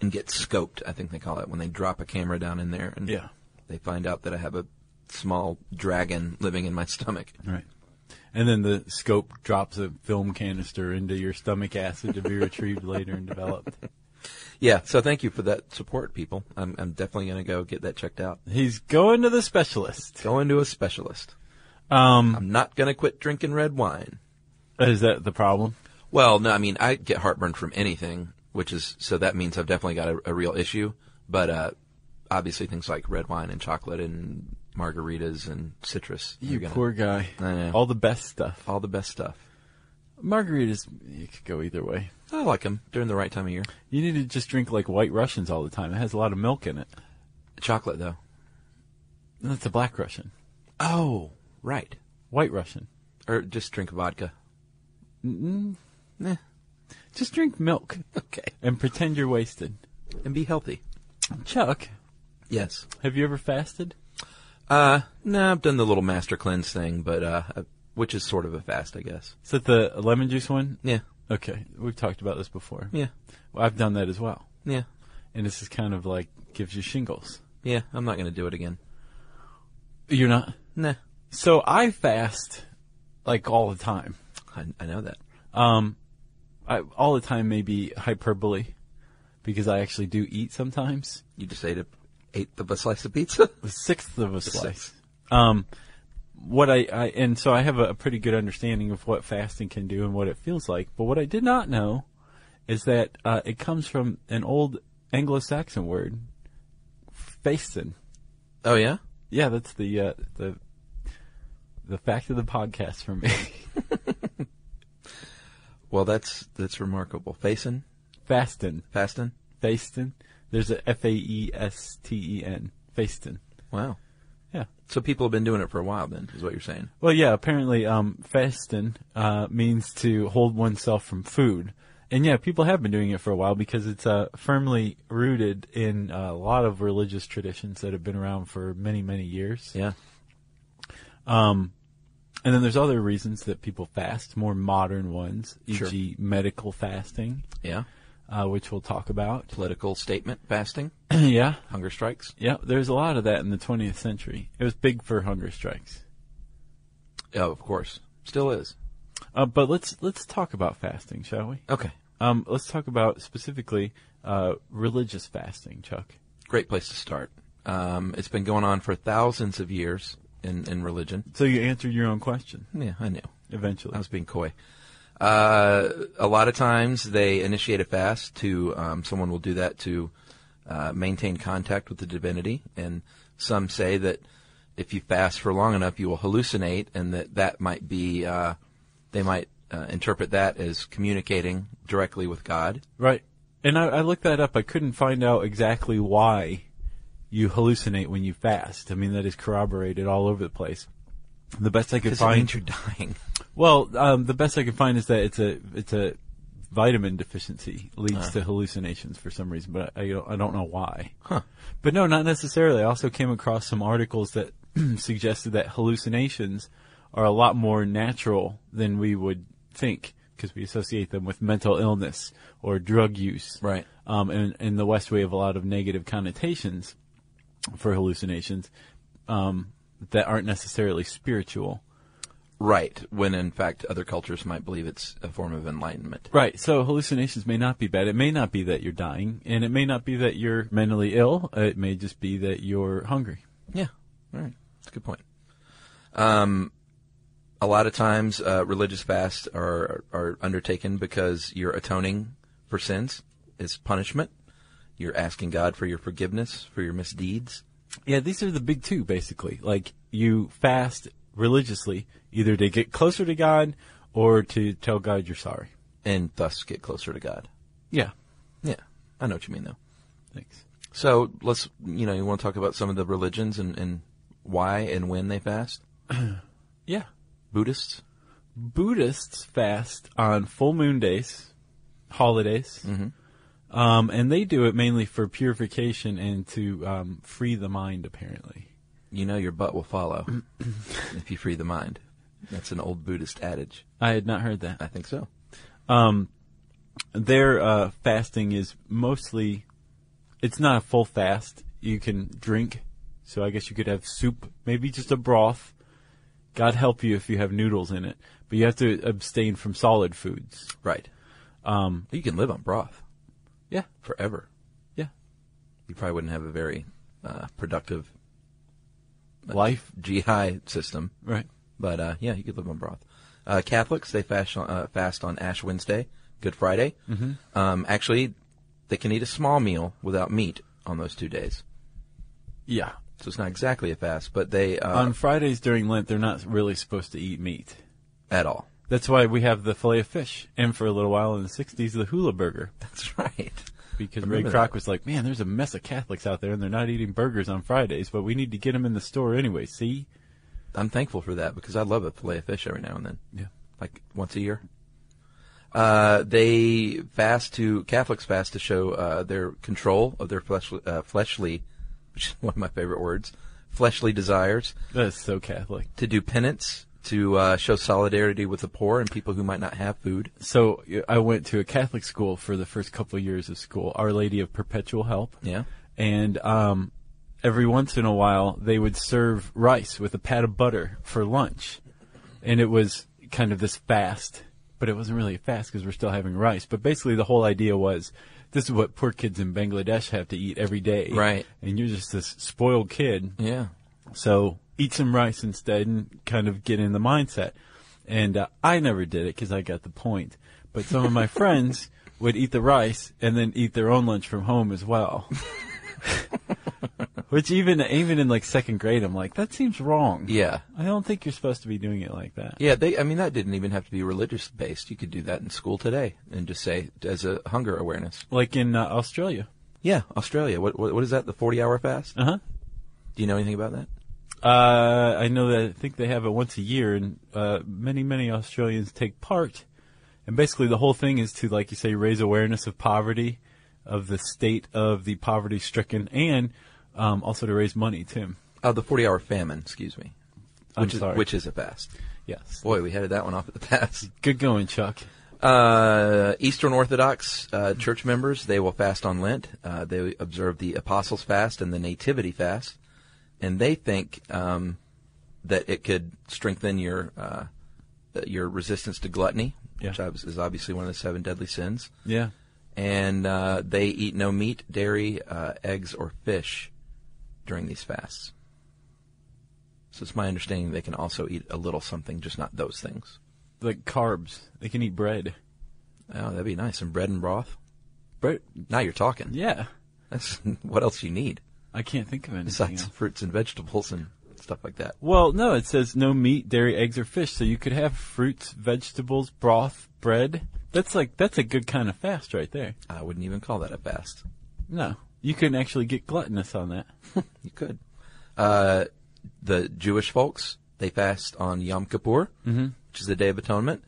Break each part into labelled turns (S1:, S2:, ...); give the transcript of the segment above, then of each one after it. S1: and get scoped. I think they call it when they drop a camera down in there and
S2: Yeah.
S1: they find out that I have a small dragon living in my stomach.
S2: All right. And then the scope drops a film canister into your stomach acid to be retrieved later and developed.
S1: Yeah, so thank you for that support, people. I'm, I'm definitely going to go get that checked out.
S2: He's going to the specialist.
S1: Going to a specialist.
S2: Um,
S1: I'm not going to quit drinking red wine.
S2: is that the problem?
S1: Well, no, I mean, I get heartburn from anything, which is, so that means I've definitely got a, a real issue. But, uh, obviously things like red wine and chocolate and margaritas and citrus. are
S2: You
S1: gonna-
S2: poor guy.
S1: I know.
S2: All the best stuff.
S1: All the best stuff.
S2: Margaritas, you could go either way.
S1: I like them during the right time of year.
S2: You need to just drink like White Russians all the time. It has a lot of milk in it.
S1: Chocolate, though.
S2: That's a Black Russian.
S1: Oh, right.
S2: White Russian.
S1: Or just drink vodka. Mm-hmm. Mm-mm.
S2: Just drink milk
S1: Okay.
S2: and pretend you're wasted.
S1: And be healthy.
S2: Chuck,
S1: Yes.
S2: have you ever fasted?
S1: Uh, no, I've done the little master cleanse thing, but, uh, which is sort of a fast, I guess.
S2: Is that the lemon juice one?
S1: Yeah.
S2: Okay, we've talked about this before.
S1: Yeah.
S2: Well, I've done that as well.
S1: Yeah.
S2: And this is kind of like gives you shingles.
S1: Yeah. I'm not going to do it again.
S2: You're not.
S1: Nah.
S2: So I fast like all the time.
S1: I, I know that.
S2: Um, I, all the time may be hyperbole because I actually do eat sometimes.
S1: You just ate a eighth of a slice of pizza.
S2: the sixth of a slice. Um, what I, I and so I have a, a pretty good understanding of what fasting can do and what it feels like. But what I did not know is that uh, it comes from an old Anglo-Saxon word, fasten.
S1: Oh yeah.
S2: Yeah, that's the uh, the the fact of the podcast for me.
S1: Well, that's that's remarkable. Fasten,
S2: fasten,
S1: fasten.
S2: fasten. There's a F A E S T E N, fasten.
S1: Wow.
S2: Yeah.
S1: So people have been doing it for a while, then, is what you're saying.
S2: Well, yeah, apparently, um, fasten, uh, means to hold oneself from food. And yeah, people have been doing it for a while because it's, uh, firmly rooted in uh, a lot of religious traditions that have been around for many, many years.
S1: Yeah.
S2: And then there's other reasons that people fast, more modern ones, e.g.
S1: Sure.
S2: medical fasting,
S1: Yeah.
S2: uh, which we'll talk about.
S1: Political statement fasting,
S2: yeah.
S1: hunger strikes.
S2: Yeah. There's a lot of that in the 20th century. It was big for hunger strikes.
S1: Oh, of course. Still is.
S2: Uh, but let's, let's talk about fasting, shall we?
S1: Okay.
S2: Um, let's talk about specifically uh, religious fasting, Chuck.
S1: Great place to start. Um, it's been going on for thousands of years in, in religion.
S2: So you answered your own question
S1: Yeah, I knew.
S2: eventually.
S1: I was being coy. Uh, a lot of times they initiate a fast to, um, someone will do that to uh, maintain contact with the divinity. And some say that if you fast for long enough, you will hallucinate and that that might be uh, They might uh, interpret that as communicating directly with God.
S2: Right. And I, I looked that up. I couldn't find out exactly why you hallucinate when you fast. I mean, that is corroborated all over the place. The best I could
S1: Because it
S2: find.
S1: means you're dying.
S2: Well, um, the best I can find is that it's a it's a vitamin deficiency
S1: Ah.
S2: leads to hallucinations for some reason, but I, I don't- I don't know why.
S1: Huh.
S2: But no, not necessarily. I also came across some articles that suggested that hallucinations are a lot more natural than we would think because we associate them with mental illness or drug use.
S1: Right.
S2: Um, and in the West, we have a lot of negative connotations for hallucinations um, that aren't necessarily spiritual.
S1: Right. When in fact other cultures might believe it's a form of enlightenment.
S2: Right. So hallucinations may not be bad. It may not be that you're dying, and it may not be that you're mentally ill. It may just be that you're hungry.
S1: Yeah. All right. That's a good point. Um, a lot of times, uh, religious fasts are, are undertaken because you're atoning for sins. It's punishment. You're asking God for your forgiveness, for your misdeeds.
S2: Yeah, these are the big two, basically. Like you fast religiously, either to get closer to God or to tell God you're sorry.
S1: and thus get closer to God.
S2: Yeah.
S1: Yeah, I know what you mean though.
S2: Thanks.
S1: So let's, you know, you want to talk about some of the religions and, and why and when they fast?
S2: Yeah.
S1: Buddhists?
S2: Buddhists fast on full moon days, holidays, um, and they do it mainly for purification and to um, free the mind, apparently.
S1: You know your butt will follow if you free the mind. That's an old Buddhist adage.
S2: I had not heard that.
S1: I think so.
S2: their uh, fasting is mostly it's not a full fast you can drink so i guess you could have soup maybe just a broth god help you if you have noodles in it but you have to abstain from solid foods
S1: Right. Um, you can live on broth
S2: yeah
S1: forever.
S2: yeah
S1: You probably wouldn't have a very uh, productive uh,
S2: life
S1: GI system,
S2: right
S1: but uh, yeah, you could live on broth. Uh, Catholics they fast on, uh, fast on Ash Wednesday, Good Friday. Mm-hmm. Um, actually, they can eat a small meal without meat on those two days,
S2: yeah
S1: so it's not exactly a fast, but they uh,
S2: on fridays during lent they're not really supposed to eat meat
S1: at all.
S2: that's why we have the fillet of fish and for a little while in the 60s the hula burger
S1: That's right.
S2: because Ray
S1: Remember
S2: Kroc
S1: that.
S2: was like, "Man, there's a mess of Catholics out there, and they're not eating burgers on Fridays, but we need to get them in the store anyway." See,
S1: I'm thankful for that because I love a fillet of fish every now and then.
S2: Yeah.
S1: Like once a year. Uh, they fast to, Catholics fast to show, uh, their control of their fleshly, uh, fleshly, which is one of my favorite words, fleshly desires,
S2: that's so Catholic.
S1: to do penance, to, uh, show solidarity with the poor and people who might not have food.
S2: So y- I went to a Catholic school for the first couple years of school, Our Lady of Perpetual Help,
S1: Yeah.
S2: and um, every once in a while they would serve rice with a pat of butter for lunch, and it was kind of this fast, but it wasn't really a fast because we're still having rice. But basically, the whole idea was. This is what poor kids in Bangladesh have to eat every day.
S1: Right.
S2: And you're just this spoiled kid
S1: Yeah.
S2: So eat some rice instead and kind of get in the mindset. And uh, I never did it because I got the point. But some of my friends would eat the rice and then eat their own lunch from home as well. Which even even in like second grade, I'm like, that seems wrong.
S1: Yeah.
S2: I don't think you're supposed to be doing it like that.
S1: Yeah. They, I mean, that didn't even have to be religious based. You could do that in school today and just say as a hunger awareness.
S2: Like in uh, Australia.
S1: Yeah. Australia. What, what, what is that? The 40 hour fast?
S2: Uh-huh.
S1: Do you know anything about that?
S2: Uh I know that I think they have it once a year, and uh, many many Australians take part. And basically, the whole thing is to, like you say, raise awareness of poverty, of the state of the poverty stricken, and um, also to raise money, Tim.
S1: Oh, the 40 hour famine, excuse me. Which
S2: I'm
S1: is,
S2: sorry.
S1: Which is a fast.
S2: yes.
S1: Boy, we headed that one off at the pass.
S2: Good going, Chuck.
S1: Uh, Eastern Orthodox uh, church members, they will fast on Lent. Uh, they observe the Apostles' Fast and the Nativity Fast. And they think um, that it could strengthen your uh, your resistance to gluttony,
S2: Yeah.
S1: which obvi- is obviously one of the seven deadly sins.
S2: Yeah.
S1: And uh, they eat no meat, dairy, uh, eggs, or fish during these fasts. So it's my understanding they can also eat a little something, just not those things.
S2: Like carbs, they can eat bread.
S1: Oh, that'd be nice. Some bread and broth.
S2: Bread.
S1: Now you're talking.
S2: Yeah.
S1: That's what else you need
S2: I can't think of anything.
S1: besides
S2: else.
S1: fruits and vegetables and stuff like that.
S2: Well, no, it says no meat, dairy, eggs, or fish. So you could have fruits, vegetables, broth, bread. That's like that's a good kind of fast right there.
S1: I wouldn't even call that a fast.
S2: No, you can actually get gluttonous on that.
S1: You could. Uh, the Jewish folks they fast on Yom Kippur, which is the Day of Atonement,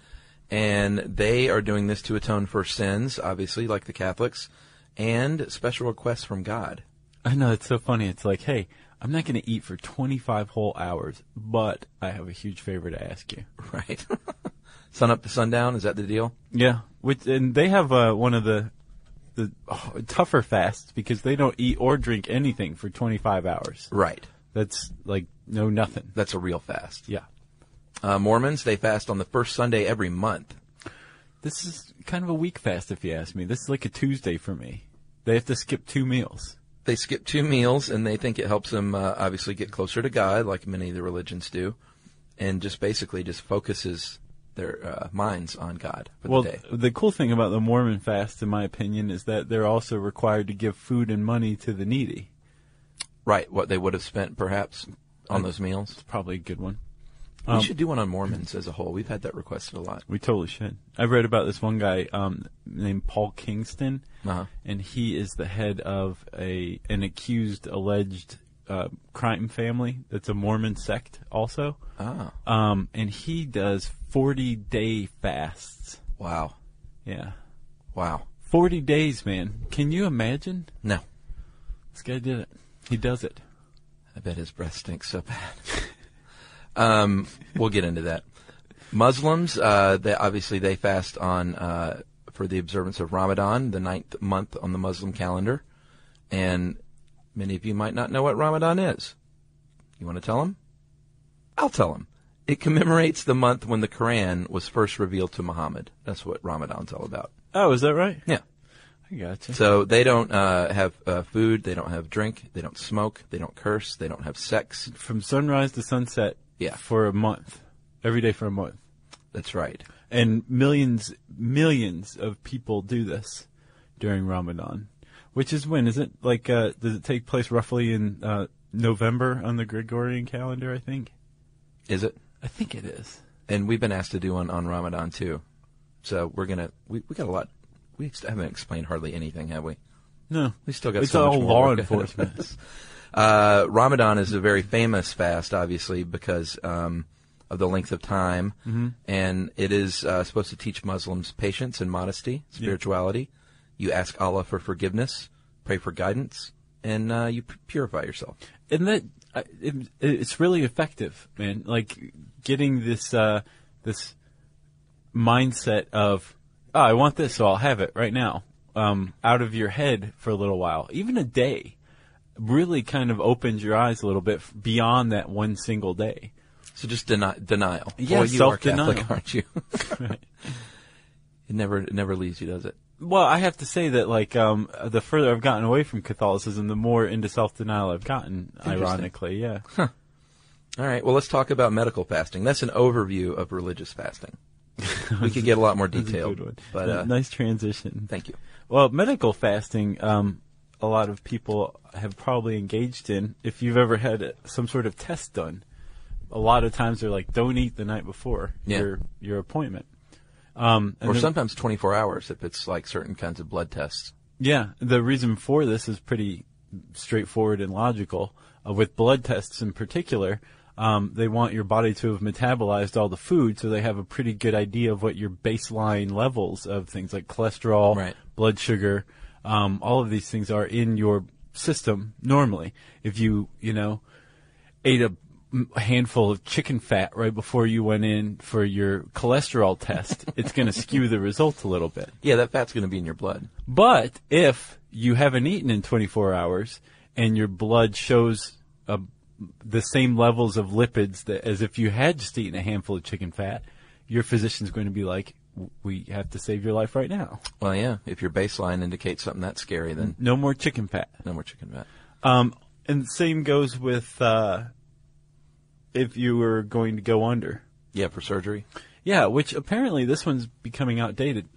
S1: and they are doing this to atone for sins, obviously, like the Catholics, and special requests from God.
S2: I know it's so funny. It's like, hey, I'm not going to eat for 25 whole hours, but I have a huge favor to ask you.
S1: Right. Sun up to sundown, is that the deal?
S2: Yeah, which and they have uh, one of the the oh, tougher fasts because they don't eat or drink anything for 25 hours.
S1: Right.
S2: That's like no nothing.
S1: That's a real fast.
S2: Yeah.
S1: Uh, Mormons, they fast on the first Sunday every month.
S2: This is kind of a weak fast, if you ask me. This is like a Tuesday for me. They have to skip two meals.
S1: They skip two meals and they think it helps them uh, obviously get closer to God, like many of the religions do, and just basically just focuses their uh, minds on God for
S2: Well,
S1: the day.
S2: the cool thing about the Mormon fast, in my opinion, is that they're also required to give food and money to the needy.
S1: Right, what they would have spent perhaps on those meals.
S2: Probably a good one.
S1: we should do one on Mormons as a whole. We've had that requested a lot.
S2: We totally should. I read about this one guy um, named Paul Kingston,
S1: Uh-huh.
S2: and he is the head of a an accused, alleged uh, crime family that's a Mormon sect, also.
S1: Ah,
S2: Um, and he does forty day fasts.
S1: wow,
S2: Yeah,
S1: wow.
S2: forty days, man. Can you imagine?
S1: No,
S2: This guy did it. He does it.
S1: I bet his breath stinks so bad. um, we'll get into that. Muslims, uh, they obviously they fast on uh, for the observance of Ramadan, the ninth month on the Muslim calendar, and many of you might not know what Ramadan is. You want to tell them? I'll tell them. It commemorates the month when the Quran was first revealed to Muhammad. That's what Ramadan's all about.
S2: Oh, is that right?
S1: Yeah.
S2: I gotcha.
S1: So they don't uh, have uh, food, they don't have drink, they don't smoke, they don't curse, they don't have sex.
S2: From sunrise to sunset.
S1: Yeah.
S2: For a month, every day for a month.
S1: That's right.
S2: and millions millions of people do this during Ramadan, which is when is it like uh, does it take place roughly in uh, November on the Gregorian calendar? I think
S1: Is it?
S2: I think it is.
S1: And we've been asked to do one on Ramadan too. So we're gonna we we got a lot. We ex- haven't explained hardly anything, have we?
S2: No,
S1: We still got
S2: it's
S1: so much
S2: all
S1: more
S2: law
S1: work ahead of
S2: enforcement.
S1: us. uh, Ramadan is a very famous fast, obviously, because um, of the length of time,
S2: Mm-hmm.
S1: and it is uh, supposed to teach Muslims patience and modesty, spirituality. You ask Allah for forgiveness, pray for guidance, and uh, you p- purify yourself.
S2: and that I- it, it's really effective, man. Like getting this uh, this mindset of oh, I want this, so I'll have it right now. Um, out of your head for a little while, even a day, really kind of opens your eyes a little bit f- beyond that one single day.
S1: So just deni- denial.
S2: Yeah,
S1: Boy, you are
S2: self-denial.
S1: Catholic, aren't you? It never it never leaves you, does it?
S2: Well, I have to say that like um, the further I've gotten away from Catholicism, the more into self denial I've gotten. Ironically, yeah.
S1: All right. Well, let's talk about medical fasting. That's an overview of religious fasting. we could get a lot more
S2: That's a
S1: detailed,
S2: good one.
S1: but
S2: N-
S1: uh,
S2: nice transition.
S1: thank you.
S2: Well, medical fasting, um, a lot of people have probably engaged in. If you've ever had uh, some sort of test done, a lot of times they're like, "Don't eat the night before
S1: Yeah.
S2: your your appointment." Um, and
S1: Or
S2: the-
S1: sometimes 24 hours if it's like certain kinds of blood tests.
S2: yeah, the reason for this is pretty straightforward and logical. Uh, with blood tests in particular, um, they want your body to have metabolized all the food, so they have a pretty good idea of what your baseline levels of things like cholesterol,
S1: Right.
S2: blood sugar, um, all of these things are in your system normally. If you, you know, ate a m- handful of chicken fat right before you went in for your cholesterol test, it's going to skew the results a little bit.
S1: Yeah, that fat's going to be in your blood.
S2: But if you haven't eaten in 24 hours and your blood shows uh, the same levels of lipids that, as if you had just eaten a handful of chicken fat, your physician's going to be like, "W- we have to save your life right now.
S1: Well, yeah. If your baseline indicates something that's scary, then
S2: No more chicken fat.
S1: no more chicken fat.
S2: Um, and the same goes with uh, if you were going to go under.
S1: Yeah, for surgery.
S2: Yeah, which apparently this one's becoming outdated.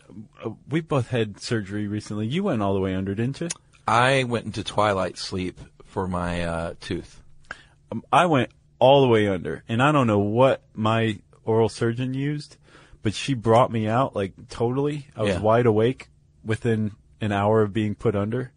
S2: Uh, We both had surgery recently. You went all the way under, didn't you?
S1: I went into twilight sleep for my uh, tooth.
S2: Um, I went all the way under. And I don't know what my oral surgeon used, but she brought me out like totally. I was
S1: Yeah.
S2: wide awake within an hour of being put under.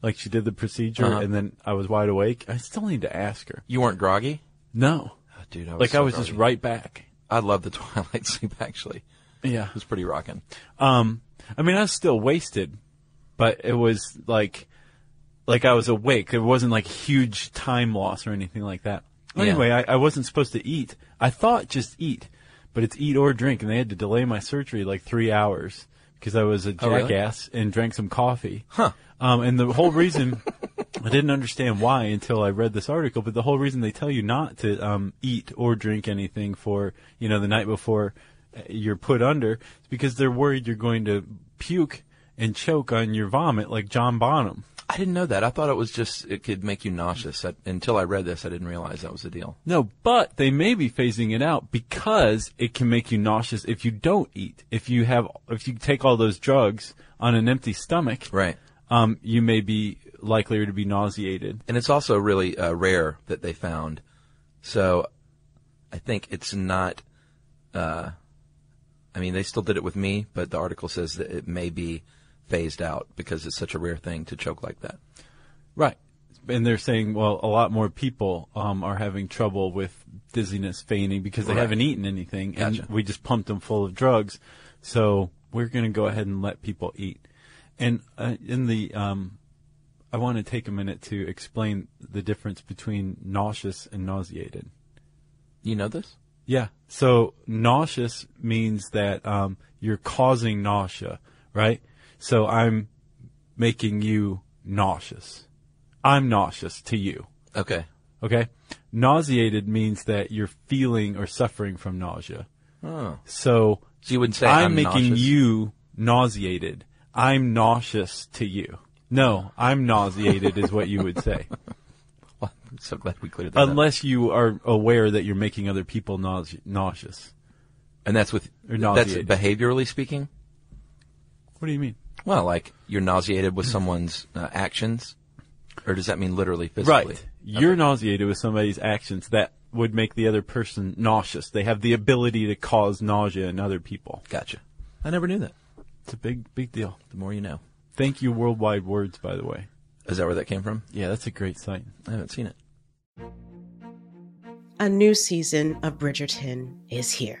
S2: Like she did the procedure
S1: Uh-huh.
S2: and then I was wide awake. I still need to ask her.
S1: You weren't groggy?
S2: No.
S1: Oh, dude, I was
S2: like I
S1: so
S2: was just
S1: groggy.
S2: right back.
S1: I love the Twilight Sleep, actually. It
S2: Yeah.
S1: was pretty rocking.
S2: Um, I mean, I was still wasted, but it was like, like I was awake. It wasn't like huge time loss or anything like that.
S1: Yeah.
S2: Anyway, I, I wasn't supposed to eat. I thought just eat, but it's eat or drink, and they had to delay my surgery like three hours because I was a
S1: Oh, really?
S2: jackass and drank some coffee.
S1: Huh.
S2: Um, and the whole reason I didn't understand why until I read this article, but the whole reason they tell you not to um, eat or drink anything for you know the night before uh, you're put under is because they're worried you're going to puke and choke on your vomit like John Bonham.
S1: I didn't know that. I thought it was just, it could make you nauseous. I, until I read this, I didn't realize that was the deal.
S2: No, but they may be phasing it out because it can make you nauseous if you don't eat. If you have, if you take all those drugs on an empty stomach,
S1: Right.
S2: um, you may be likelier to be nauseated.
S1: And it's also really uh, rare that they found. So I think it's not, uh, I mean, they still did it with me, but the article says that it may be phased out because it's such a rare thing to choke like that.
S2: Right. And they're saying, well, a lot more people um, are having trouble with dizziness, fainting because they
S1: Right.
S2: haven't eaten anything, and
S1: Gotcha.
S2: we just pumped them full of drugs. So we're going to go ahead and let people eat. And uh, in the, um, I want to take a minute to explain the difference between nauseous and nauseated.
S1: You know this?
S2: Yeah. So nauseous means that um, you're causing nausea, right? So I'm making you nauseous. I'm nauseous to you.
S1: Okay.
S2: Okay. Nauseated means that you're feeling or suffering from nausea.
S1: Oh.
S2: So
S1: So you wouldn't say
S2: I'm,
S1: I'm,
S2: making
S1: nauseous.
S2: you nauseated. I'm nauseous to you. No, I'm nauseated is what you would say.
S1: Well, I'm so glad we cleared that up.
S2: Unless you are aware that you're making other people nause- nauseous.
S1: And that's with,
S2: Or
S1: that's
S2: nauseated.
S1: behaviorally speaking?
S2: What do you mean?
S1: Well, like you're nauseated with someone's uh, actions, or does that mean literally physically?
S2: Right. You're nauseated with somebody's actions that would make the other person nauseous. They have the ability to cause nausea in other people.
S1: Gotcha. I never knew that.
S2: It's a big, big deal.
S1: The more you know.
S2: Thank you, Worldwide Words, by the way.
S1: Is that where that came from?
S2: Yeah, that's a great site.
S1: I haven't seen it.
S3: A new season of Bridgerton is here.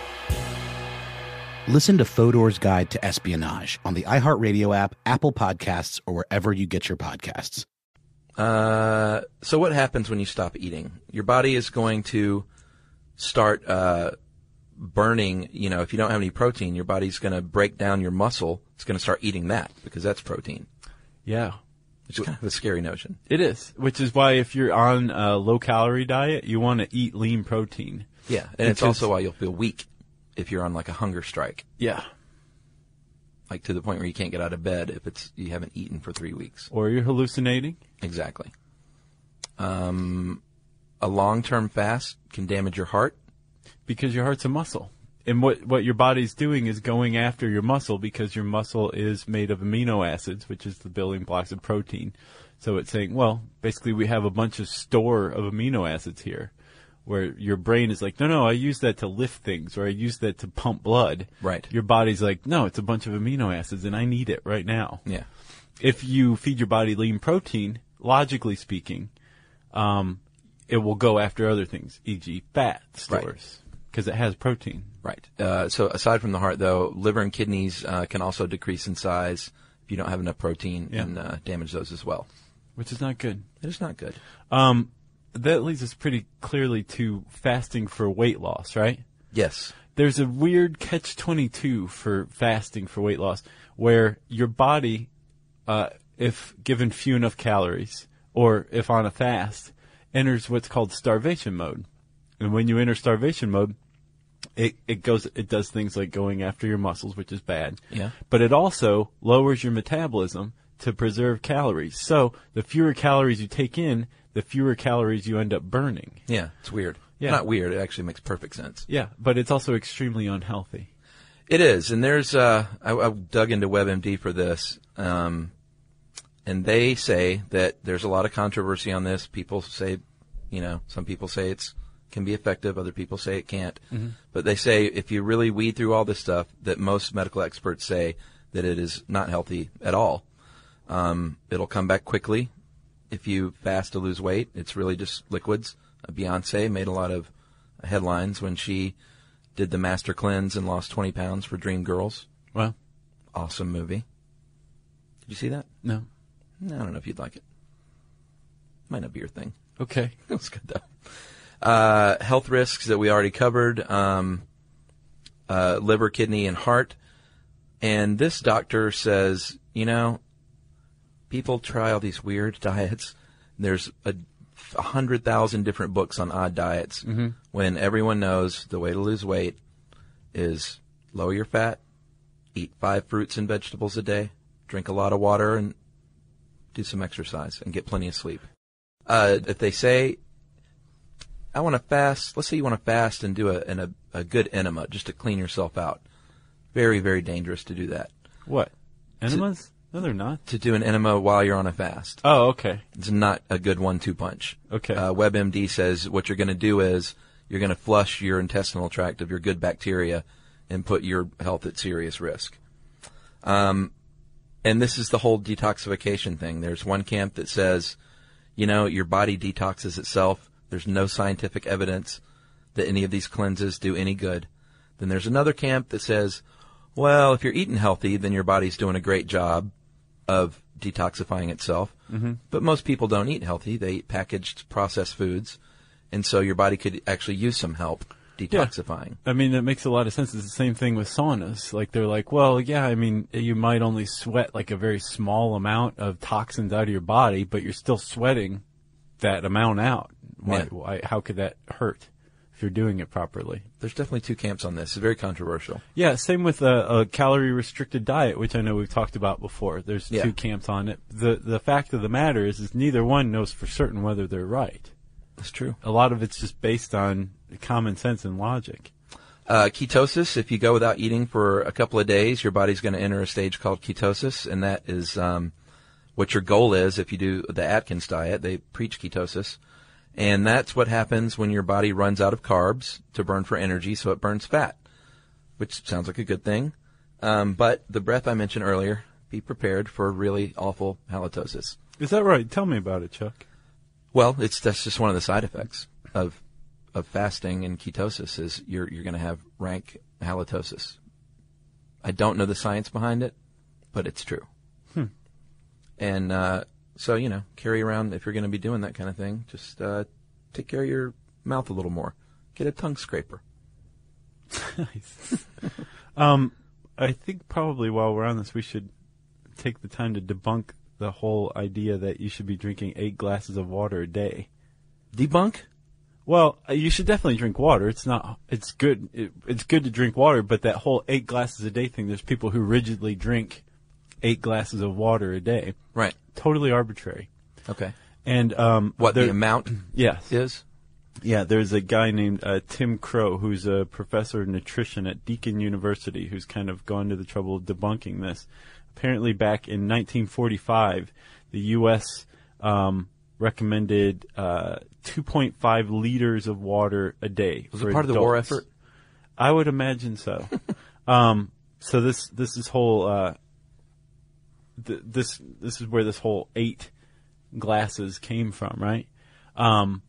S4: Listen to Fodor's Guide to Espionage on the iHeartRadio app, Apple Podcasts, or wherever you get your podcasts.
S1: Uh, so what happens when you stop eating? Your body is going to start uh, burning. You know, if you don't have any protein, your body's going to break down your muscle. It's going to start eating that because that's protein.
S2: Yeah.
S1: which is kind of a scary notion.
S2: It is, which is why if you're on a low calorie diet, you want to eat lean protein.
S1: Yeah, and it's also why you'll feel weak if you're on like a hunger strike,
S2: yeah,
S1: like to the point where you can't get out of bed if it's you haven't eaten for three weeks.
S2: or you're hallucinating.
S1: Exactly. Um, a long-term fast can damage your heart.
S2: because your heart's a muscle. And what, what your body's doing is going after your muscle because your muscle is made of amino acids, which is the building blocks of protein. So it's saying, well, basically we have a bunch of store of amino acids here where your brain is like, no, no, I use that to lift things or I use that to pump blood.
S1: Right.
S2: Your body's like, no, it's a bunch of amino acids and I need it right now.
S1: Yeah.
S2: If you feed your body lean protein, logically speaking, um, it will go after other things, e.g. fat
S1: Right.
S2: stores, because it has protein.
S1: Right. Uh, so aside from the heart, though, liver and kidneys uh, can also decrease in size if you don't have enough protein
S2: Yeah.
S1: and uh, damage those as well.
S2: which is not good.
S1: It is not good.
S2: Um, that leads us pretty clearly to fasting for weight loss, right?
S1: Yes.
S2: There's a weird catch 22 for fasting for weight loss where your body, uh, if given few enough calories or if on a fast, enters what's called starvation mode. And when you enter starvation mode, it, it goes, it does things like going after your muscles, which is bad.
S1: Yeah.
S2: But it also lowers your metabolism to preserve calories. So the fewer calories you take in, the fewer calories you end up burning.
S1: Yeah. It's weird.
S2: Yeah.
S1: Not weird. It actually makes perfect sense.
S2: Yeah. But it's also extremely unhealthy.
S1: It is, and there's uh, I, I dug into WebMD for this, um, and they say that there's a lot of controversy on this. People say, you know, some people say it's can be effective, other people say it can't. But they say if you really weed through all this stuff, that most medical experts say that it is not healthy at all. Um, it'll come back quickly if you fast to lose weight. It's really just liquids. Uh, Beyonce made a lot of headlines when she did the master cleanse and lost 20 pounds for Dream Girls.
S2: Well,
S1: Awesome movie. Did you see that?
S2: no.
S1: No, I don't know if you'd like it. Might not be your thing.
S2: Okay.
S1: It was good though. Uh, health risks that we already covered: um, uh, liver, kidney, and heart. And this doctor says, you know, people try all these weird diets. There's a, a hundred thousand different books on odd diets. When everyone knows the way to lose weight is lower your fat, eat five fruits and vegetables a day, drink a lot of water, and do some exercise and get plenty of sleep uh, if they say, I want to fast, let's say you want to fast and do a, an, a, a good enema just to clean yourself out. Very, very dangerous to do that.
S2: What? Enemas? No, they're not.
S1: To do an enema while you're on a fast.
S2: Oh, okay.
S1: It's not a good one-two punch.
S2: Okay.
S1: Uh, WebMD says what you're going to do is you're going to flush your intestinal tract of your good bacteria and put your health at serious risk. Um, and this is the whole detoxification thing. There's one camp that says, you know, your body detoxes itself. There's no scientific evidence that any of these cleanses do any good. Then there's another camp that says, well, if you're eating healthy, then your body's doing a great job of detoxifying itself. Mm-hmm. But most people don't eat healthy. They eat packaged processed foods. And so your body could actually use some help detoxifying.
S2: I mean, that makes a lot of sense. It's the same thing with saunas. Like, they're like, well, yeah, I mean, you might only sweat like a very small amount of toxins out of your body, but you're still sweating that amount out. Why,
S1: Yeah.
S2: why, how could that hurt if you're doing it properly?
S1: There's definitely two camps on this. It's very controversial.
S2: Yeah, same with a, a calorie restricted diet, which I know we've talked about before. There's
S1: Yeah.
S2: two camps on it. The, the fact of the matter is, is neither one knows for certain whether they're right.
S1: That's true.
S2: A lot of it's just based on common sense and logic.
S1: Uh, ketosis, if you go without eating for a couple of days, your body's going to enter a stage called ketosis, and that is um, what your goal is if you do the Atkins diet. They preach ketosis. And that's what happens when your body runs out of carbs to burn for energy, so it burns fat, which sounds like a good thing. Um, but the breath I mentioned earlier, be prepared for really awful halitosis.
S2: Is that right? Tell me about it, Chuck.
S1: Well, it's that's just one of the side effects of of fasting and ketosis is you're you're going to have rank halitosis. I don't know the science behind it, but it's true. And uh, so you know, carry around if you're going to be doing that kind of thing, just uh, take care of your mouth a little more. Get a tongue scraper.
S2: Nice. um, I think probably while we're on this, we should take the time to debunk the whole idea that you should be drinking eight glasses of water a day. Debunk? Well, uh, you should definitely drink water. It's not. It's good. It, it's good to drink water, but that whole eight glasses a day thing. There's people who rigidly drink eight glasses of water a day.
S1: Right.
S2: Totally arbitrary.
S1: Okay.
S2: And um,
S1: What the
S2: there-
S1: amount
S2: Yes.
S1: is?
S2: Yeah, there's a guy named uh, Tim Crow who's a professor of nutrition at Deakin University who's kind of gone to the trouble of debunking this. Apparently, back in 1945, the U.S. Um, recommended uh, 2.5 liters of water a day.
S1: Was
S2: for
S1: it part of the war
S2: adults.
S1: effort?
S2: I would imagine so. um, so this this is whole uh, th- this this is where this whole eight glasses came from, right? Um,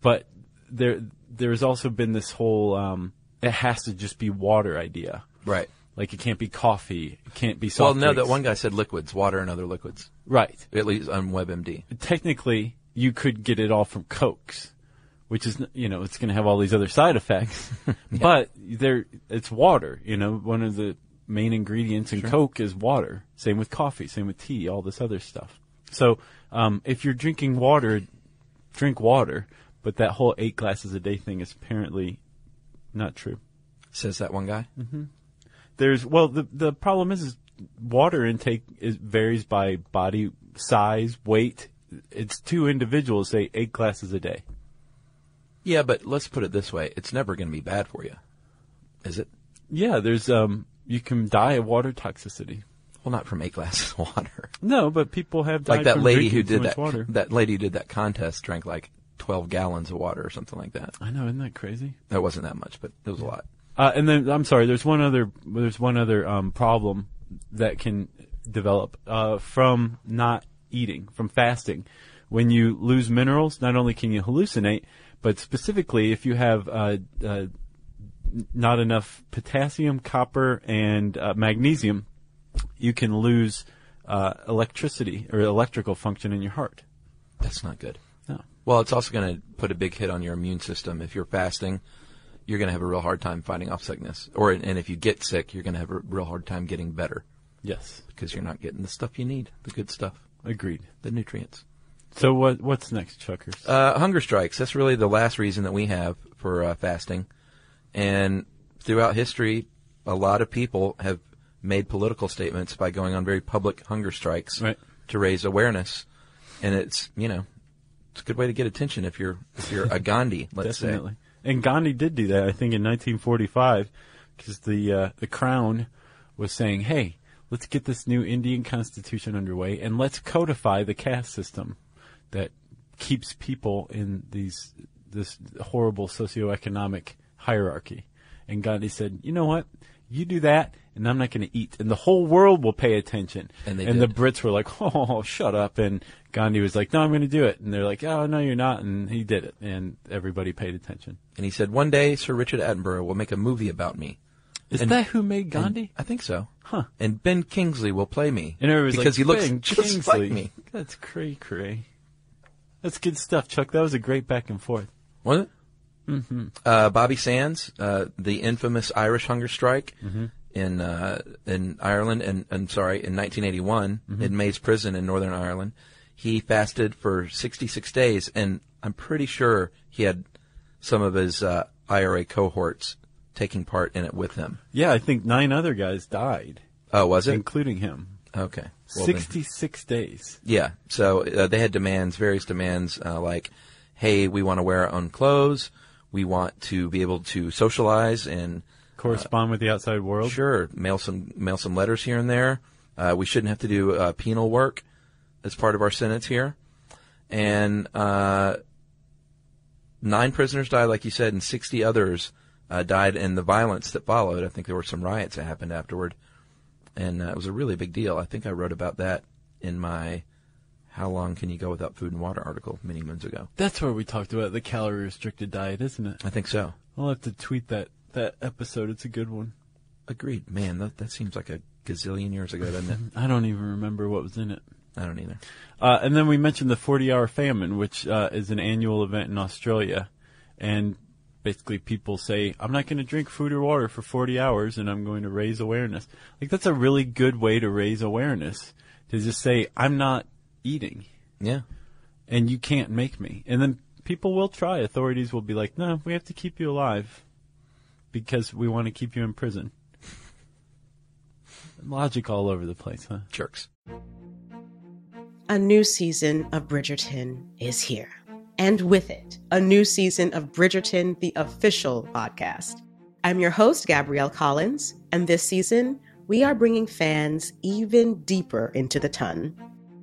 S2: but there there has also been this whole um, it has to just be water idea.
S1: Right.
S2: Like it can't be coffee, it can't be
S1: well,
S2: soft.
S1: no, that
S2: drinks.
S1: one guy said liquids, water and other liquids.
S2: Right.
S1: At least on WebMD.
S2: Technically, you could get it all from cokes, which is n- you know it's going to have all these other side effects, but there it's water. You know, one of the main ingredients in coke is water. Same with coffee, same with tea, all this other stuff. So um, if you're drinking water, drink water. But that whole eight glasses a day thing is apparently not true.
S1: Says that one guy.
S2: there's well the the problem is, is water intake is varies by body size weight it's two individuals say eight glasses a day
S1: Yeah, but let's put it this way: it's never going to be bad for you, is it?
S2: yeah there's um you can die of water toxicity
S1: Well, not from eight glasses of water.
S2: no but people have died
S1: like that
S2: from
S1: lady
S2: drinking
S1: who
S2: too
S1: did
S2: much
S1: that.
S2: water
S1: That lady who did that contest drank like twelve gallons of water or something like that.
S2: i know isn't that crazy
S1: That wasn't that much, but it was a lot.
S2: Uh, and then I'm sorry. There's one other. There's one other um, problem that can develop uh, from not eating, from fasting. When you lose minerals, not only can you hallucinate, but specifically if you have uh, uh, not enough potassium, copper, and uh, magnesium, you can lose uh, electricity or electrical function in your heart.
S1: That's not good.
S2: No.
S1: Well, it's also going to put a big hit on your immune system. If you're fasting, you're going to have a real hard time fighting off sickness. Or and if you get sick, you're going to have a real hard time getting better
S2: Yes.
S1: because you're not getting the stuff you need, the good stuff,
S2: Agreed.
S1: the nutrients.
S2: So what? What's next, Chuckers?
S1: Uh, hunger strikes. That's really the last reason that we have for uh, fasting. And throughout history, a lot of people have made political statements by going on very public hunger strikes
S2: Right.
S1: to raise awareness. And it's you know, it's a good way to get attention if you're if you're a Gandhi, let's
S2: Definitely. And Gandhi did do that, I think, in 1945, because the uh, the crown was saying, "Hey, let's get this new Indian constitution underway, and let's codify the caste system that keeps people in these this horrible socioeconomic hierarchy." And Gandhi said, "You know what? You do that." And I'm not going to eat, and the whole world will pay attention.
S1: And they
S2: and the
S1: did.
S2: Brits were like, "Oh, shut up!" And Gandhi was like, "No, I'm going to do it." And they're like, "Oh, no, you're not." And he did it, and everybody paid attention.
S1: say. And he said, one day Sir Richard Attenborough will make a movie about me.
S2: Is
S1: And-
S2: that who made
S1: And
S2: Gandhi?
S1: I think so.
S2: Huh.
S1: And Ben Kingsley will play me
S2: And everybody's
S1: because
S2: like,
S1: he looks
S2: "Ben
S1: just
S2: Kingsley.
S1: like me.
S2: That's cray cray. That's good stuff, Chuck. That was a great back and forth.
S1: Was it? Mm-hmm. Uh, Bobby Sands, uh, the infamous Irish hunger strike in uh, in Ireland, and I'm sorry, in 1981 in Mays Prison in Northern Ireland, he fasted for 66 days, and I'm pretty sure he had some of his uh, IRA cohorts taking part in it with him.
S2: Yeah, I think nine other guys died,
S1: Oh, was it?
S2: including him.
S1: Okay. Well, then-
S2: Sixty-six days.
S1: Yeah. So uh, they had demands, various demands, uh, like, hey, we want to wear our own clothes. We want to be able to socialize and
S2: Correspond with the outside world.
S1: sure mail some mail some letters here and there. Uh, we shouldn't have to do uh, penal work as part of our sentence here. And uh, nine prisoners died, like you said, and 60 others uh, died in the violence that followed. I think there were some riots that happened afterward, and uh, it was a really big deal. I think I wrote about that in my "How long can you go without food and water?" article many moons ago.
S2: That's where we talked about the calorie restricted diet, isn't it?
S1: I think so.
S2: I'll have to tweet that that episode. It's a good one.
S1: Agreed, man. That that seems like a gazillion years ago, doesn't it?
S2: I don't even remember what was in it.
S1: I don't either.
S2: Uh, and then we mentioned the 40 hour famine, which uh, is an annual event in Australia. And basically, people say, I'm not going to drink food or water for 40 hours and I'm going to raise awareness. Like, that's a really good way to raise awareness to just say I'm not eating.
S1: Yeah.
S2: And you can't make me. And then people will try. Authorities will be like, "No, we have to keep you alive because we want to keep you in prison." Logic all over the place, huh?
S1: Jerks.
S3: A new season of Bridgerton is here. And with it, a new season of Bridgerton, the official podcast. I'm your host, Gabrielle Collins, and this season, we are bringing fans even deeper into the ton.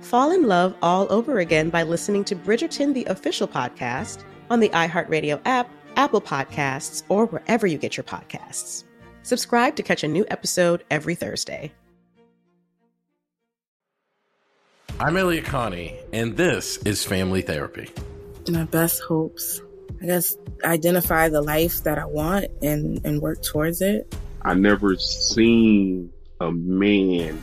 S3: fall in love all over again by listening to Bridgerton, the official podcast, on the iHeartRadio app, Apple Podcasts, or wherever you get your podcasts. Subscribe to catch a new episode every Thursday.
S5: I'm Elliot Connie, and this is Family Therapy.
S6: My best hopes, I guess, identify the life that I want and, and work towards it.
S7: I never seen a man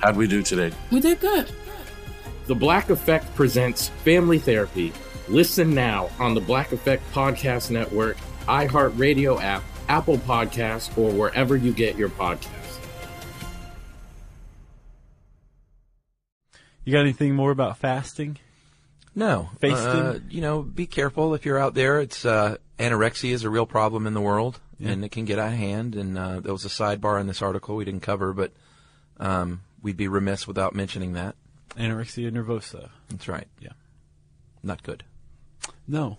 S5: how'd we do today?
S6: We did good.
S8: The Black Effect presents Family Therapy. Listen now on the Black Effect Podcast Network, iHeartRadio app, Apple Podcasts, or wherever you get your podcasts.
S2: You got anything more about fasting?
S1: No.
S2: Fasting?
S1: Uh, you know, be careful if you're out there. It's uh, anorexia is a real problem in the world,
S2: Yeah.
S1: and it can get out of hand. And uh, there was a sidebar in this article we didn't cover, but um, we'd be remiss without mentioning that.
S2: Anorexia nervosa.
S1: That's right.
S2: Yeah.
S1: Not good.
S2: No.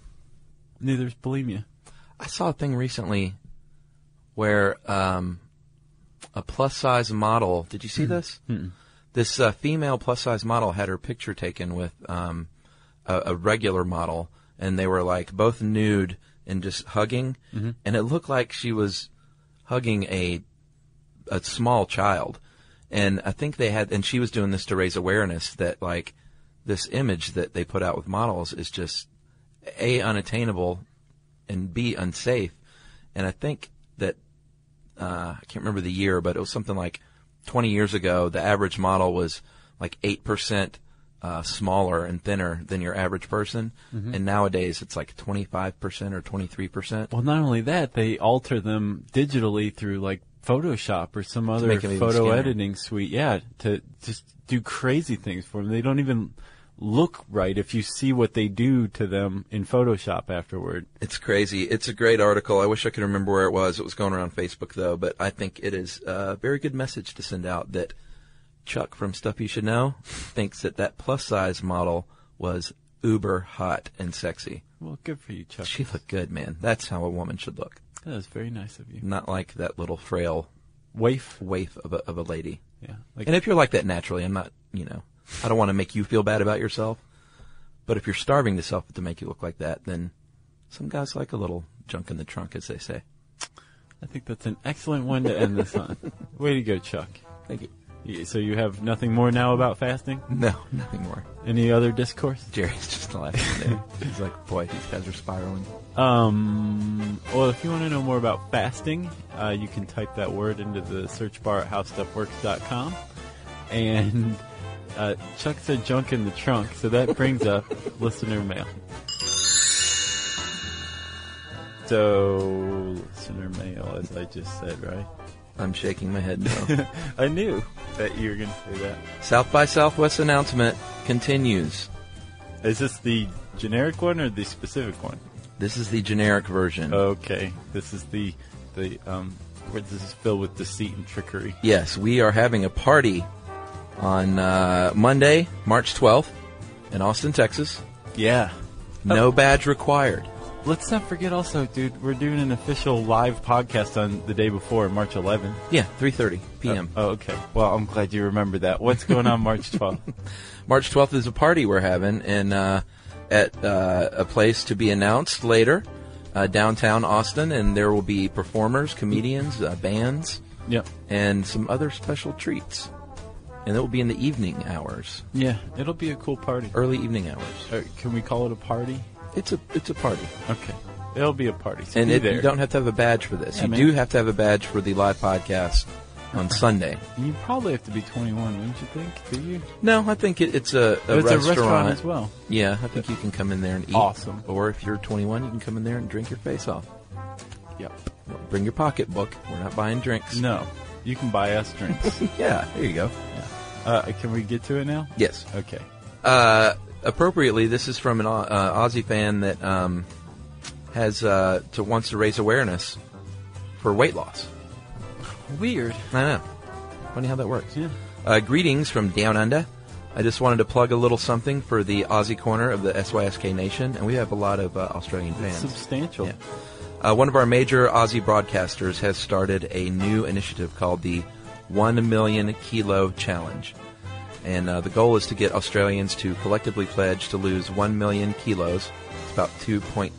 S2: Neither is bulimia.
S1: I saw a thing recently where um, a plus size model. Did you see this?
S2: Mm-mm.
S1: This uh, female plus size model had her picture taken with um, a, a regular model, and they were like both nude and just hugging,
S2: Mhm.
S1: and it looked like she was hugging a a small child. And I think they had, and she was doing this to raise awareness that like this image that they put out with models is just a unattainable and b unsafe. And I think that uh, I can't remember the year, but it was something like 20 years ago. The average model was like eight percent uh, smaller and thinner than your average person,
S2: Mhm.
S1: and nowadays it's like 25 percent or 23 percent.
S2: Well, not only that, they alter them digitally through like Photoshop or some other
S1: make 'em even
S2: photo
S1: skinnier.
S2: editing suite. Yeah, to just do crazy things for them. They don't even look right if you see what they do to them in Photoshop afterward.
S1: It's crazy. It's a great article. I wish I could remember where it was. It was going around Facebook though, but I think it is a very good message to send out that Chuck from Stuff You Should Know thinks that that plus size model was uber hot and sexy.
S2: Well, good for you, Chuck.
S1: She looked good, man. That's how a woman should look.
S2: That was very nice of you.
S1: Not like that little frail
S2: Waif.
S1: waif of a, of a lady.
S2: Yeah. Like,
S1: and if you're like that naturally, I'm not, you know, I don't want to make you feel bad about yourself. But if you're starving to self to make you look like that, then some guys like a little junk in the trunk, as they say.
S2: I think that's an excellent one to end this on. Way to go, Chuck.
S1: Thank you.
S2: Y- So you have nothing more now about fasting?
S1: No, nothing more.
S2: Any other discourse?
S1: Jerry's just laughing there. He's like, boy, these guys are spiraling.
S2: Um, well, if you want to know more about fasting, uh, you can type that word into the search bar at howstuffworks.com. And uh, Chuck said junk in the trunk, so that brings up listener mail. So, listener mail, as I just said, right?
S1: I'm shaking my head now.
S2: I knew that you were going to say that.
S1: South by Southwest announcement continues.
S2: Is this the generic one or the specific one?
S1: This is the generic version.
S2: Uh. Okay, this is the the um, where this is filled with deceit and trickery.
S1: Yes, we are having a party on uh, Monday, March 12th, in Austin, Texas.
S2: Yeah.
S1: No badge required.
S2: Let's not forget also, dude, we're doing an official live podcast on the day before, March 11th.
S1: Yeah, 3.30 p.m.
S2: Oh, oh, okay. Well, I'm glad you remembered that. What's going on March 12th?
S1: March 12th is a party we're having in uh, at uh, a place to be announced later, uh, downtown Austin, and there will be performers, comedians, uh, bands,
S2: Yep.
S1: and some other special treats. And it will be in the evening hours,
S2: Yeah, it'll be a cool party.
S1: early evening hours.
S2: Uh, can we call it a party?
S1: It's a it's a party.
S2: Okay. It'll be a party. So
S1: and
S2: be
S1: it,
S2: there.
S1: you don't have to have a badge for this.
S2: Yeah,
S1: you
S2: man.
S1: do have to have a badge for the live podcast on Sunday.
S2: You probably have to be 21, wouldn't you think? Do you?
S1: No, I think it, it's a, a
S2: It's a
S1: restaurant.
S2: restaurant as well.
S1: Yeah, I think you can come in there and eat.
S2: Awesome.
S1: Or if you're 21, you can come in there and drink your face off.
S2: Yep.
S1: Bring your pocketbook. We're not buying drinks.
S2: No. You can buy us drinks.
S1: Yeah, there you go.
S2: uh, can we get to it now?
S1: Yes.
S2: Okay.
S1: Uh, appropriately, this is from an Au- uh, Aussie fan that um, has uh, to wants to raise awareness for weight loss.
S2: Weird.
S1: I know. Funny how that works.
S2: Yeah.
S1: Uh, greetings from Down Under. I just wanted to plug a little something for the Aussie corner of the SYSK Nation, and we have a lot of uh, Australian
S2: It's
S1: fans.
S2: substantial.
S1: Uh, one of our major Aussie broadcasters has started a new initiative called the 1 Million Kilo Challenge. And uh, the goal is to get Australians to collectively pledge to lose 1 million kilos. It's about 2.2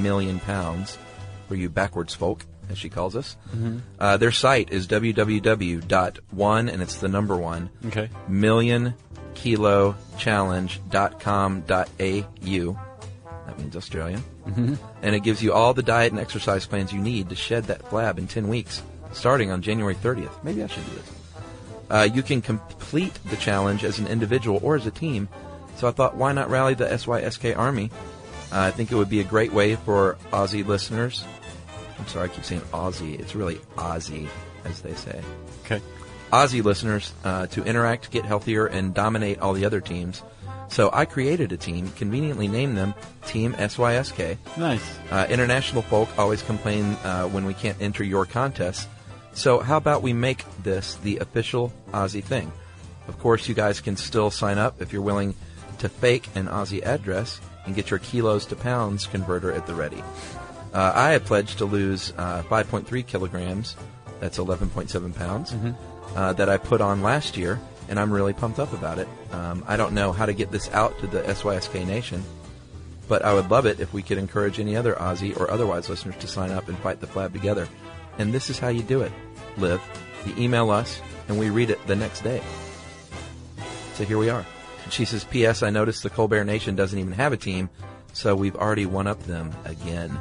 S1: million pounds for you backwards folk, as she calls us.
S2: Mhm.
S1: Uh, their site is www.1, and it's the number one,
S2: Okay.
S1: million kilo challenge.com.au. That means Australia.
S2: Mhm.
S1: And it gives you all the diet and exercise plans you need to shed that flab in 10 weeks, starting on January 30th. Maybe I should do this. Uh, you can complete the challenge as an individual or as a team. So I thought, why not rally the SYSK Army? Uh, I think it would be a great way for Aussie listeners. I'm sorry, I keep saying Aussie. It's really Aussie, as they say.
S2: Okay.
S1: Aussie listeners uh, to interact, get healthier, and dominate all the other teams. So I created a team, conveniently named them Team SYSK.
S2: Nice.
S1: Uh, international folk always complain uh, when we can't enter your contest. So how about we make this the official Aussie thing? Of course, you guys can still sign up if you're willing to fake an Aussie address and get your kilos to pounds converter at the ready. Uh, I have pledged to lose uh, 5.3 kilograms. That's 11.7 pounds
S2: Mhm.
S1: uh, that I put on last year, and I'm really pumped up about it. Um, I don't know how to get this out to the SYSK Nation, but I would love it if we could encourage any other Aussie or otherwise listeners to sign up and fight the flab together. And this is how you do it, Liv. You email us, and we read it the next day. So here we are. She says, P.S. I noticed the Colbert Nation doesn't even have a team, so we've already one up them again.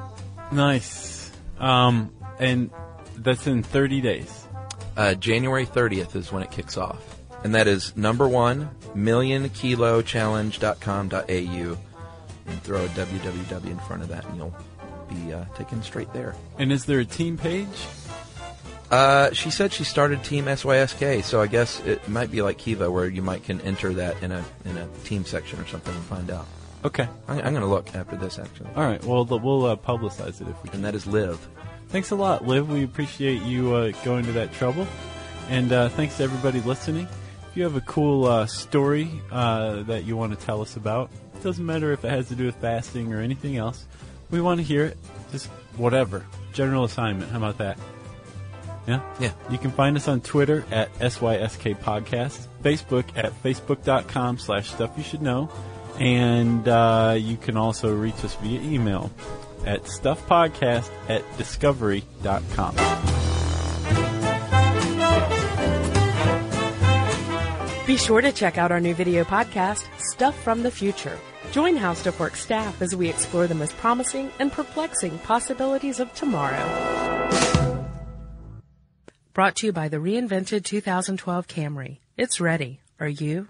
S2: Nice. Um, and that's in 30 days.
S1: Uh, January 30th is when it kicks off. And that is number one, millionkilochallenge.com.au. And throw a www in front of that, and you'll be uh, taken straight there.
S2: And is there a team page?
S1: Uh, she said she started Team SYSK, so I guess it might be like Kiva, where you might can enter that in a in a team section or something and find out.
S2: Okay.
S1: I'm, I'm going to look after this, actually.
S2: All right. Well, th- we'll uh, publicize it if we can.
S1: And that is Live.
S2: Thanks a lot, Liv. We appreciate you uh, going to that trouble. And uh, thanks to everybody listening. If you have a cool uh, story uh, that you want to tell us about, it doesn't matter if it has to do with fasting or anything else. We want to hear it. Just whatever. General assignment. How about that? Yeah?
S1: Yeah.
S2: You can find us on Twitter at SYSK Podcast, Facebook at Facebook.com slash Stuff You Should Know, and uh, you can also reach us via email at StuffPodcast at Discovery.com.
S9: Be sure to check out our new video podcast, Stuff from the Future. Join How Stuff Works staff as we explore the most promising and perplexing possibilities of tomorrow. Brought to you by the reinvented 2012 Camry. It's ready. Are you?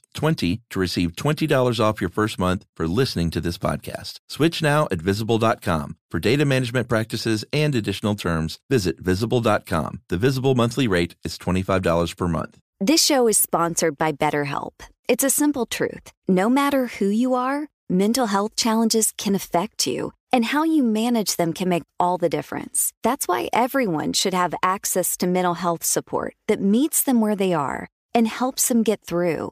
S1: 20 to receive $20 off your first month for listening to this podcast. Switch now at visible.com. For data management practices and additional terms, visit visible.com. The visible monthly rate is $25 per month.
S10: This show is sponsored by BetterHelp. It's a simple truth. No matter who you are, mental health challenges can affect you, and how you manage them can make all the difference. That's why everyone should have access to mental health support that meets them where they are and helps them get through.